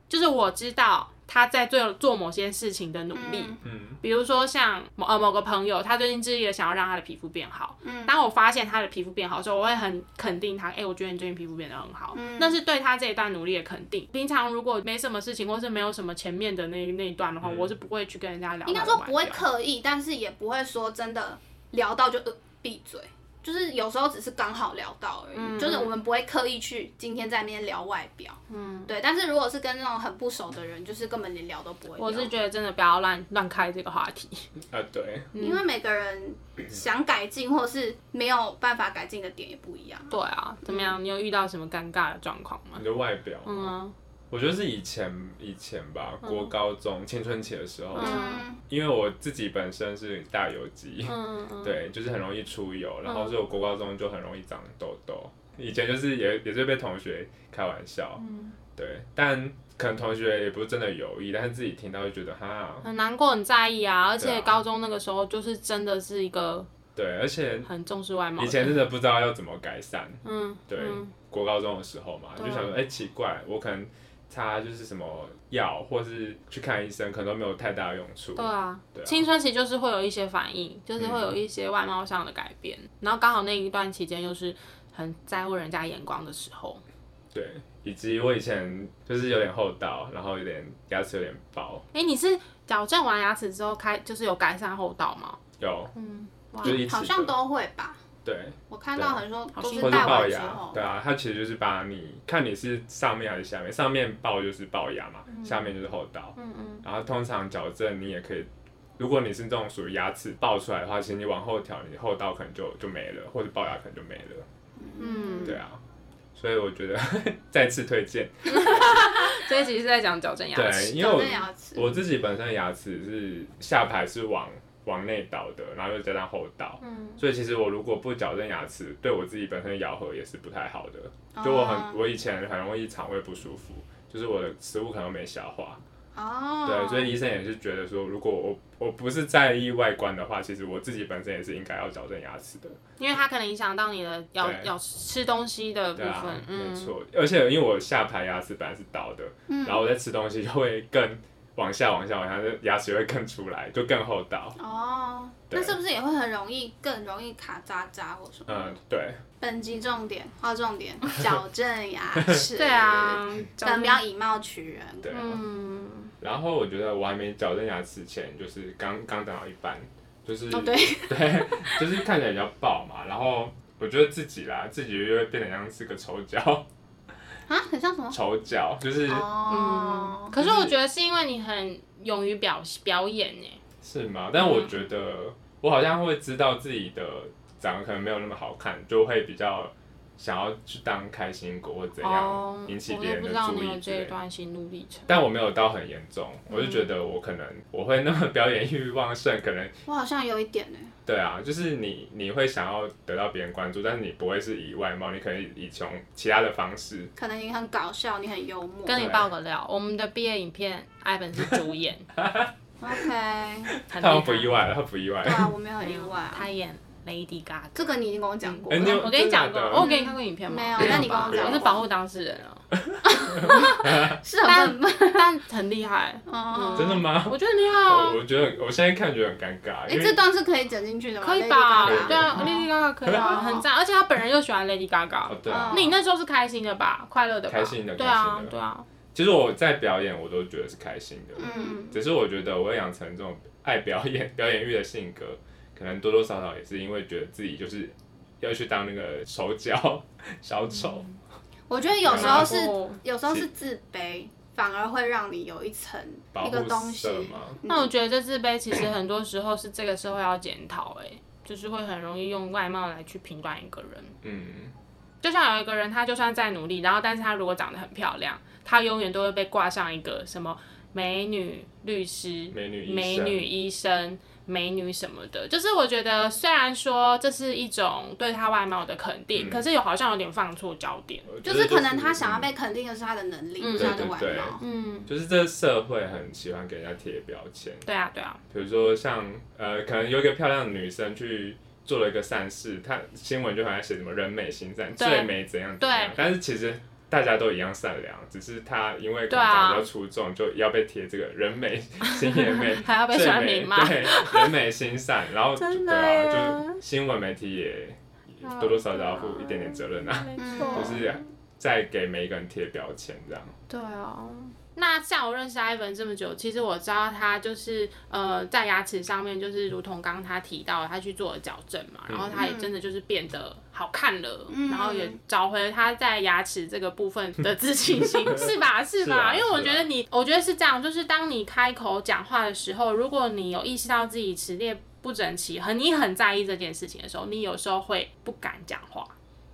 Speaker 1: 就是我知道他在做做某些事情的努力，
Speaker 3: 嗯，
Speaker 1: 比如说像某呃某个朋友，他最近致力的想要让他的皮肤变好。
Speaker 2: 嗯
Speaker 1: 当我发现他的皮肤变好的时候，我会很肯定他，哎、我觉得你最近皮肤变得很好，
Speaker 2: 嗯
Speaker 1: 那是对他这一段努力的肯定。平常如果没什么事情，或是没有什么前面的那那一段的话，
Speaker 3: 嗯
Speaker 1: 我是不会去跟人家聊。
Speaker 2: 应该说不会，刻意，但是也不会说真的聊到就呃闭嘴，就是有时候只是刚好聊到而已，
Speaker 1: 嗯
Speaker 2: 就是我们不会刻意去今天在那边聊外表，嗯，对。但是如果是跟那种很不熟的人，就是根本连聊都不会聊，
Speaker 1: 我是觉得真的不要乱乱开这个话题。
Speaker 3: 啊对，
Speaker 1: 嗯
Speaker 2: 因为每个人想改进或是没有办法改进的点也不一样。
Speaker 1: 对啊，怎么样？你有遇到什么尴尬的状况吗？
Speaker 3: 你的外表，
Speaker 1: 嗯啊、
Speaker 3: 我觉得是以前以前吧，国高中青春期的时候，
Speaker 2: 嗯
Speaker 3: 因为我自己本身是大油肌，
Speaker 1: 嗯嗯，
Speaker 3: 对，啊就是很容易出油，然后
Speaker 1: 嗯
Speaker 3: 所以我国高中就很容易长痘痘。以前就是也也是被同学开玩笑，
Speaker 1: 嗯
Speaker 3: 对，但可能同学也不是真的有意，但是自己听到就觉得哈，
Speaker 1: 很难过，很在意啊。而
Speaker 3: 对
Speaker 1: 且
Speaker 3: 啊
Speaker 1: 高中那个时候，就是真的是一个
Speaker 3: 对，而且
Speaker 1: 很重视外貌的。
Speaker 3: 以前真的不知道要怎么改善，
Speaker 1: 嗯，
Speaker 3: 对，
Speaker 1: 嗯
Speaker 3: 国高中的时候嘛，就
Speaker 1: 对啊
Speaker 3: 想说，哎、奇怪，我可能擦就是什么药，或是去看医生，可能都没有太大的用处。
Speaker 1: 对啊，
Speaker 3: 对啊嗯
Speaker 1: 青春期就是会有一些反应，就是会有一些外貌上的改变。然后刚好那一段期间又是很在乎人家眼光的时候，
Speaker 3: 对，以及我以前就是有点厚道，然后有点牙齿有点薄，
Speaker 1: 哎、你是矫正完牙齿之后开就是有改善后道吗？
Speaker 3: 有
Speaker 1: 嗯，哇
Speaker 3: 就，是一次的
Speaker 2: 好像都会吧，
Speaker 3: 对，啊
Speaker 2: 我看到很多
Speaker 1: 对
Speaker 2: 都
Speaker 1: 就是
Speaker 3: 或是
Speaker 2: 戴
Speaker 3: 龅
Speaker 2: 完之
Speaker 3: 牙，
Speaker 2: 后
Speaker 3: 对，啊，它其实就是把你看你是上面还是下面，上面龅就是龅牙嘛，下面就是后道，
Speaker 1: 嗯嗯，
Speaker 3: 然后通常矫正你也可以。如果你是这种属于牙齿爆出来的话，其实你往后调，你后道可能就就没了，或者龅牙可能就没了。
Speaker 1: 嗯
Speaker 3: 对啊，所以我觉得 再次推荐。
Speaker 1: 这一集是在讲矫正牙
Speaker 3: 对，
Speaker 1: 齿。
Speaker 3: 因为
Speaker 2: 矫
Speaker 3: 我
Speaker 2: 正牙齿，
Speaker 3: 我自己本身的牙齿是下排是往往内倒的，然后又加上后倒，
Speaker 1: 嗯
Speaker 3: 所以其实我如果不矫正牙齿，对我自己本身的咬合也是不太好的。
Speaker 2: 哦
Speaker 3: 就我很我以前很容易肠胃不舒服，就是我的食物可能没消化。
Speaker 2: 哦，
Speaker 1: 啊
Speaker 3: 对，所以医生也是觉得说，如果我我不是在意外观的话，其实我自己本身也是应该要矫正牙齿的。
Speaker 1: 因为它可能影响到你的咬
Speaker 3: 对
Speaker 1: 咬吃东西的部
Speaker 3: 对啊
Speaker 1: 分，，
Speaker 3: 没
Speaker 1: 嗯，
Speaker 3: 错。而且因为我下排牙齿本来是倒的，
Speaker 2: 嗯
Speaker 3: 然后我在吃东西就会更往下、往下、往下，就牙齿会更出来，就更后倒。
Speaker 2: 哦，
Speaker 3: 对
Speaker 2: 那是不是也会很容易更容易卡渣渣或什么？
Speaker 3: 嗯，对，
Speaker 2: 本集重点，划重点，
Speaker 1: 啊
Speaker 2: 矫正牙齿。
Speaker 1: 对，啊，矫
Speaker 2: 但
Speaker 1: 正
Speaker 2: 不要以貌取人。
Speaker 3: 对啊、
Speaker 1: 嗯。
Speaker 3: 然后我觉得我还没矫正牙齿前，就是刚刚长到一半，就是、
Speaker 2: 哦，对，
Speaker 3: 对，就是看起来比较爆嘛。然后我觉得自己啦，自己就会变得像是个丑角，
Speaker 2: 啊，很像什么？
Speaker 3: 丑角就是、
Speaker 2: 哦，
Speaker 1: 嗯可是我觉得是因为你很勇于表表演欸耶，
Speaker 3: 是吗？但我觉得
Speaker 1: 嗯
Speaker 3: 我好像会知道自己的长得可能没有那么好看，就会比较想要去当开心果或怎
Speaker 2: 哦
Speaker 3: 样，引起
Speaker 1: 哦我
Speaker 3: 别
Speaker 1: 都
Speaker 3: 人
Speaker 1: 不
Speaker 3: 的
Speaker 1: 知道
Speaker 3: 注
Speaker 1: 你有
Speaker 3: 意之
Speaker 1: 这
Speaker 3: 类
Speaker 1: 一
Speaker 3: 的。
Speaker 1: 段嗯心路历程。
Speaker 3: 但我没有到很严重，我就觉得我可能我会那么表演欲旺盛，可能
Speaker 2: 我好像有一点呢。
Speaker 3: 对啊， 就是你你会想要得到别人关注，但是你不会是以外貌，你可能以从其他的方式。
Speaker 2: 可能你很搞笑，你很幽默。
Speaker 1: 跟你爆个料，我们的毕业影片，艾本是主 演，
Speaker 2: OK，
Speaker 1: 很厉
Speaker 3: 他
Speaker 1: 害。
Speaker 3: 不意外，他不意外
Speaker 2: 对。啊，我没有很意外啊。
Speaker 1: 他演 Lady Gaga。
Speaker 2: 这个你已经跟我讲过
Speaker 3: 哎你有
Speaker 2: 了。
Speaker 1: 我跟你讲过，
Speaker 3: 真的假的
Speaker 1: 我有给你看过影片吗？
Speaker 2: 没有
Speaker 1: 吧
Speaker 2: 那你跟我
Speaker 3: 讲
Speaker 1: 我是保护当事人 啊，
Speaker 2: 是
Speaker 1: 哎
Speaker 2: 很笨。
Speaker 1: 但很厉害，
Speaker 2: 哦，
Speaker 1: 嗯
Speaker 3: 真的吗？
Speaker 1: 我觉得很厉害啊
Speaker 3: 我，我觉得我现在看觉得很尴尬，
Speaker 2: 哎，
Speaker 3: 因
Speaker 2: 这
Speaker 3: 为
Speaker 2: 段是可以剪进去的吗？
Speaker 1: 可以
Speaker 2: Lady
Speaker 1: 吧
Speaker 2: Gaga？？
Speaker 1: 对啊
Speaker 2: 哦
Speaker 1: ，Lady Gaga 可以
Speaker 2: 哦
Speaker 1: 啊，很赞，而且他本人又喜欢 Lady Gaga
Speaker 3: 哦。对啊
Speaker 2: 嗯
Speaker 1: 那你那时候是开心的吧？快乐的吧？
Speaker 3: 开心的
Speaker 1: 对啊
Speaker 3: 开心，的
Speaker 1: 对啊，
Speaker 3: 其实我在表演我都觉得是开心的，
Speaker 2: 嗯，
Speaker 3: 只是我觉得我会养成这种爱表演、表演欲的性格，可能多多少少也是因为觉得自己就是要去当那个手脚小丑。
Speaker 2: 嗯我觉得有时候
Speaker 1: 然
Speaker 2: 是，
Speaker 1: 后
Speaker 2: 有时候是自卑，反而会让你有一层
Speaker 3: 保
Speaker 2: 一个
Speaker 3: 护
Speaker 2: 东西
Speaker 3: 色。吗？
Speaker 1: 那我觉得这自卑其实很多时候是这个社会要检讨，哎，就是会很容易用外貌来去评断一个人。
Speaker 3: 嗯，
Speaker 1: 就像有一个人，他就算再努力，然后但是他如果长得很漂亮，他永远都会被挂上一个什么美女律师、
Speaker 3: 美女医生
Speaker 1: 美女医生、美女什么的。就是我觉得，虽然说这是一种对他外貌的肯定，
Speaker 3: 嗯
Speaker 1: 可是有好像有点放错焦点。
Speaker 3: 我觉
Speaker 2: 就
Speaker 3: 得
Speaker 2: 是可能他想要被肯定的是他的能力，不是他的外
Speaker 3: 对对
Speaker 2: 貌。
Speaker 1: 嗯，
Speaker 3: 就是这社会很喜欢给人家贴标签，
Speaker 1: 对啊，对啊，
Speaker 3: 比如说像呃，可能有一个漂亮的女生去做了一个善事，他新闻就很爱写什么人美心善，
Speaker 1: 对
Speaker 3: 最美怎样怎样
Speaker 1: 对，
Speaker 3: 但是其实。大家都一样善良，只是他因为可
Speaker 1: 对
Speaker 3: 能
Speaker 1: 啊
Speaker 3: 长得比较出众，就要被贴这个人美心也美，
Speaker 1: 还要被
Speaker 3: 最
Speaker 1: 酸
Speaker 3: 美
Speaker 1: 民骂
Speaker 3: 对，人美心善，然后
Speaker 1: 真的
Speaker 3: 对啊，
Speaker 1: 耶
Speaker 3: 就是新闻媒体也
Speaker 1: 啊
Speaker 3: 多多少少要负一点点责任啊，
Speaker 1: 没
Speaker 2: 错
Speaker 3: 就是在给每一个人贴标签这样。
Speaker 1: 对啊。那像我认识 Ivan 这么久，其实我知道他就是呃，在牙齿上面就是如同刚刚他提到的，他去做了矫正嘛，
Speaker 3: 嗯
Speaker 1: 然后他也真的就是变得好看了，
Speaker 2: 嗯
Speaker 1: 然后也找回了他在牙齿这个部分的自信心，是吧？ 是吧？
Speaker 3: 是啊
Speaker 1: 因为我觉
Speaker 3: 是
Speaker 1: 得
Speaker 3: 啊
Speaker 1: 你，我觉得是这样，就是当你开口讲话的时候，如果你有意识到自己齿列不整齐，很你很在意这件事情的时候，你有时候会不敢讲话。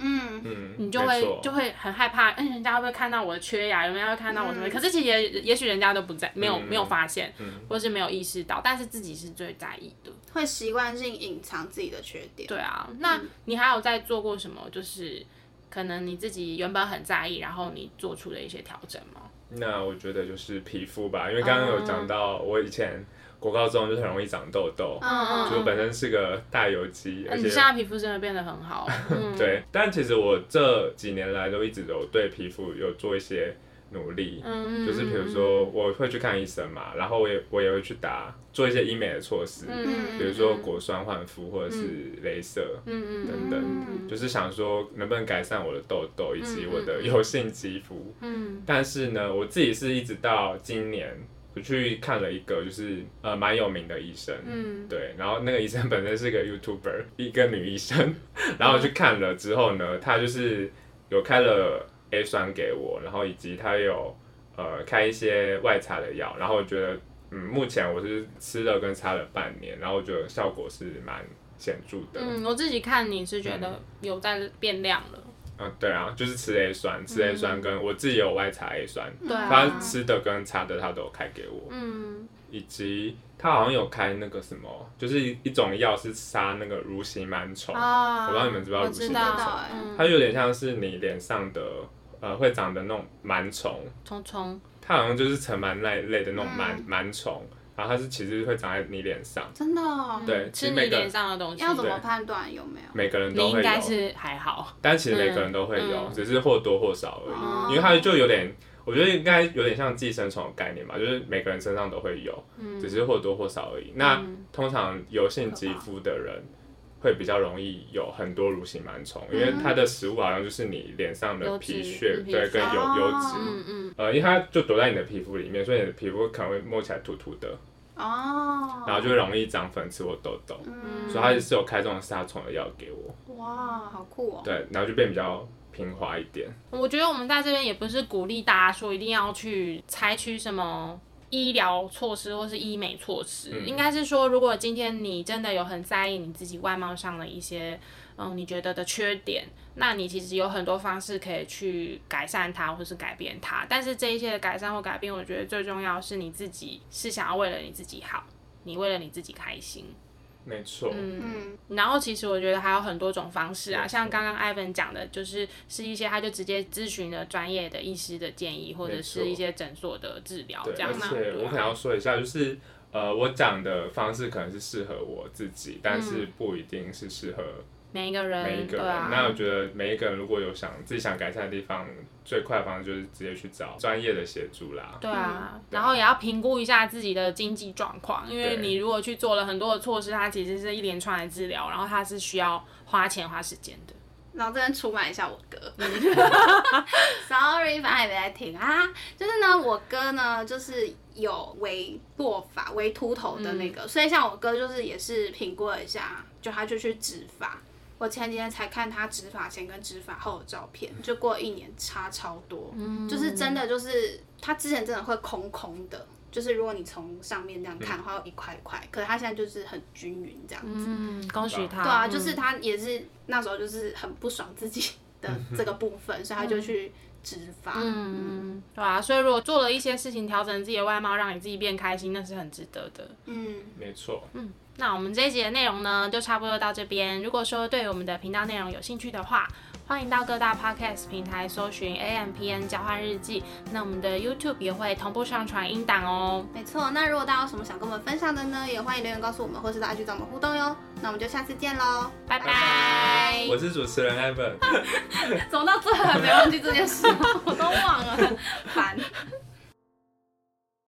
Speaker 2: 嗯，
Speaker 3: 嗯，
Speaker 1: 你就
Speaker 3: 没
Speaker 1: 会
Speaker 3: 错
Speaker 1: 就会很害怕，嗯，人家会不会看到我的缺牙？有没有人会看到我什么？
Speaker 2: 嗯
Speaker 1: 可是其实也也许人家都不在，没有、
Speaker 3: 嗯
Speaker 1: 没有发现，
Speaker 3: 嗯
Speaker 1: 或是没有意识到，但是自己是最在意的。
Speaker 2: 会习惯性隐藏自己的缺点。
Speaker 1: 对啊，那你还有在做过什么？就是可能你自己原本很在意，然后你做出的一些调整吗？
Speaker 3: 那我觉得就是皮肤吧，因为刚刚有讲到我以前国高中就是很容易长痘痘，
Speaker 2: 嗯
Speaker 3: 就
Speaker 2: 嗯
Speaker 3: 我本身是个大油肌，而
Speaker 1: 嗯你现
Speaker 3: 且
Speaker 1: 在皮肤真的变得很好，嗯，
Speaker 3: 对，但其实我这几年来都一直有对皮肤有做一些努力，
Speaker 1: 嗯，嗯
Speaker 3: 就是比如，说我会去看医生嘛，然后我也我也会去打做一些医美的措施，
Speaker 1: 嗯嗯嗯
Speaker 3: 比如说果酸焕肤或者是镭射，
Speaker 1: 嗯嗯
Speaker 3: 等等就是想说能不能改善我的痘痘以及我的油性肌肤。
Speaker 1: 嗯
Speaker 3: 但是呢，我自己是一直到今年我去看了一个就是呃蛮有名的医生，
Speaker 1: 嗯
Speaker 3: 对，然后那个医生本身是个 YouTuber，一 个女医生， 然后我去看了之后呢，她就是有开了 A 酸给我，然后以及她有呃开一些外擦的药，然后我觉得嗯，目前我是吃了跟擦了半年，然后我觉得效果是蛮显著的。
Speaker 1: 嗯，
Speaker 3: 嗯、
Speaker 1: 我自己看你是觉得有在变亮了，
Speaker 3: 对啊，就是吃 A 酸，吃 A 酸跟我自己有外擦 A 酸，
Speaker 2: 嗯
Speaker 1: 对
Speaker 3: 她
Speaker 1: 啊，
Speaker 3: 吃的跟擦的她都有开给我，
Speaker 1: 嗯。
Speaker 3: 以及她好像有开那个什么，就是一一种药是杀那个蠕形螨虫。
Speaker 1: 啊，
Speaker 3: 我不知道你们知不知道
Speaker 1: 我
Speaker 3: 乳
Speaker 1: 知
Speaker 3: 腺
Speaker 2: 怎么长
Speaker 1: 道，哎嗯
Speaker 3: 它有点像是你脸上的呃会长的那种螨虫，
Speaker 1: 虫虫，
Speaker 3: 它好像就是尘螨那一类的那种
Speaker 1: 嗯
Speaker 3: 螨螨虫，然后它是其实会长在你脸上，
Speaker 2: 真的哦、
Speaker 3: 对
Speaker 1: 嗯吃
Speaker 3: 其实
Speaker 1: 你
Speaker 3: 每个
Speaker 1: 脸上的东西，
Speaker 2: 要怎么判断有没有？
Speaker 3: 每个人
Speaker 1: 你
Speaker 3: 都
Speaker 1: 应
Speaker 3: 会
Speaker 1: 该
Speaker 3: 有，
Speaker 1: 是还好，
Speaker 3: 但其实每个人都会有，
Speaker 1: 嗯
Speaker 3: 只是或多或少而已，
Speaker 2: 哦
Speaker 3: 因为它就有点。我觉得应该有点像寄生虫的概念吧，就是每个人身上都会有，
Speaker 1: 嗯
Speaker 3: 只是或多或少而已。那
Speaker 1: 嗯
Speaker 3: 通常油性肌肤的人会比较容易有很多乳形螨虫，因为它的食物好像就是你脸上
Speaker 1: 油
Speaker 3: 的
Speaker 1: 脂
Speaker 3: 皮屑，
Speaker 1: 皮
Speaker 3: 对，跟油
Speaker 2: 哦
Speaker 3: 油脂，
Speaker 1: 嗯嗯，
Speaker 3: 呃，因为它就躲在你的皮肤里面，所以你的皮肤可能会摸起来凸凸的，
Speaker 2: 哦，
Speaker 3: 然后就会容易长粉刺或痘痘。
Speaker 2: 嗯，
Speaker 3: 所以它也是有开这种杀虫的药给我，
Speaker 2: 哇，好酷哦，
Speaker 3: 对，然后就变比较平滑一点。
Speaker 1: 我觉得我们在这边也不是鼓励大家说一定要去采取什么。医疗措施或是医美措施，
Speaker 3: 嗯
Speaker 1: 应该是说，如果今天你真的有很在意你自己外貌上的一些，嗯，你觉得的缺点，那你其实有很多方式可以去改善它或是改变它。但是这一些的改善或改变，我觉得最重要是你自己是想要为了你自己好，你为了你自己开心。
Speaker 3: 没错，
Speaker 2: 嗯
Speaker 1: 然后其实我觉得还有很多种方式啊，
Speaker 3: 没错
Speaker 1: 像刚刚 Ivan 讲的，就是是一些他就直接咨询了专业的医师的建议，或者是一些诊所的治疗
Speaker 3: 对，
Speaker 1: 这样
Speaker 3: 而
Speaker 1: 那
Speaker 3: 且我可能
Speaker 1: 对啊
Speaker 3: 要说一下，就是呃，我讲的方式可能是适合我自己，但是不一定是适合
Speaker 1: 每一个人，
Speaker 3: 每一
Speaker 1: 对
Speaker 3: 个人。
Speaker 1: 啊，
Speaker 3: 那嗯我觉得每一个人如果有想自己想改善的地方，最快的方式就是直接去找专业的协助啦。
Speaker 1: 对啊，然后也要评估一下自己的经济状况，因为
Speaker 3: 对
Speaker 1: 你如果去做了很多的措施，它其实是一连串的治疗，然后它是需要花钱花时间的。
Speaker 2: 然后这边出卖一下我哥 ，sorry，反正也没在听啊。就是呢，我哥呢就是有微落发、微秃头的那个，所以像我哥就是也是评估了一下，就他就去植发。我前几天才看他植发前跟植发后的照片，就过一年差超多，就是真的就是他之前真的会空空的，就是如果你从上面这样看的话，一块一块，可是他现在就是很均匀这样子。
Speaker 1: 嗯，恭喜他。
Speaker 2: 对啊，就是他也是那时候就是很不爽自 己的这个部分，所以他就去植发。
Speaker 1: 嗯，对啊，所以如果做了一些事情调整自己的外貌，让你自己变开心，那是很值得的。
Speaker 2: 嗯，
Speaker 3: 没错，
Speaker 1: 那我们这一集的内容呢，就差不多到这边。如果说对我们的频道内容有兴趣的话，欢迎到各大 podcast 平台搜寻 A M P N 交换日记。那我们的 YouTube 也会同步上传音档哦。
Speaker 2: 没错，那如果大家有什么想跟我们分享的呢，也欢迎留言告诉我们，或是到 IG 找我们互动哟。那我们就下次 见喽，
Speaker 1: 拜
Speaker 2: 拜
Speaker 1: 拜。
Speaker 3: 我是主持人 Evan。
Speaker 2: 怎么到最后还没忘记这件事？我都忘了，烦。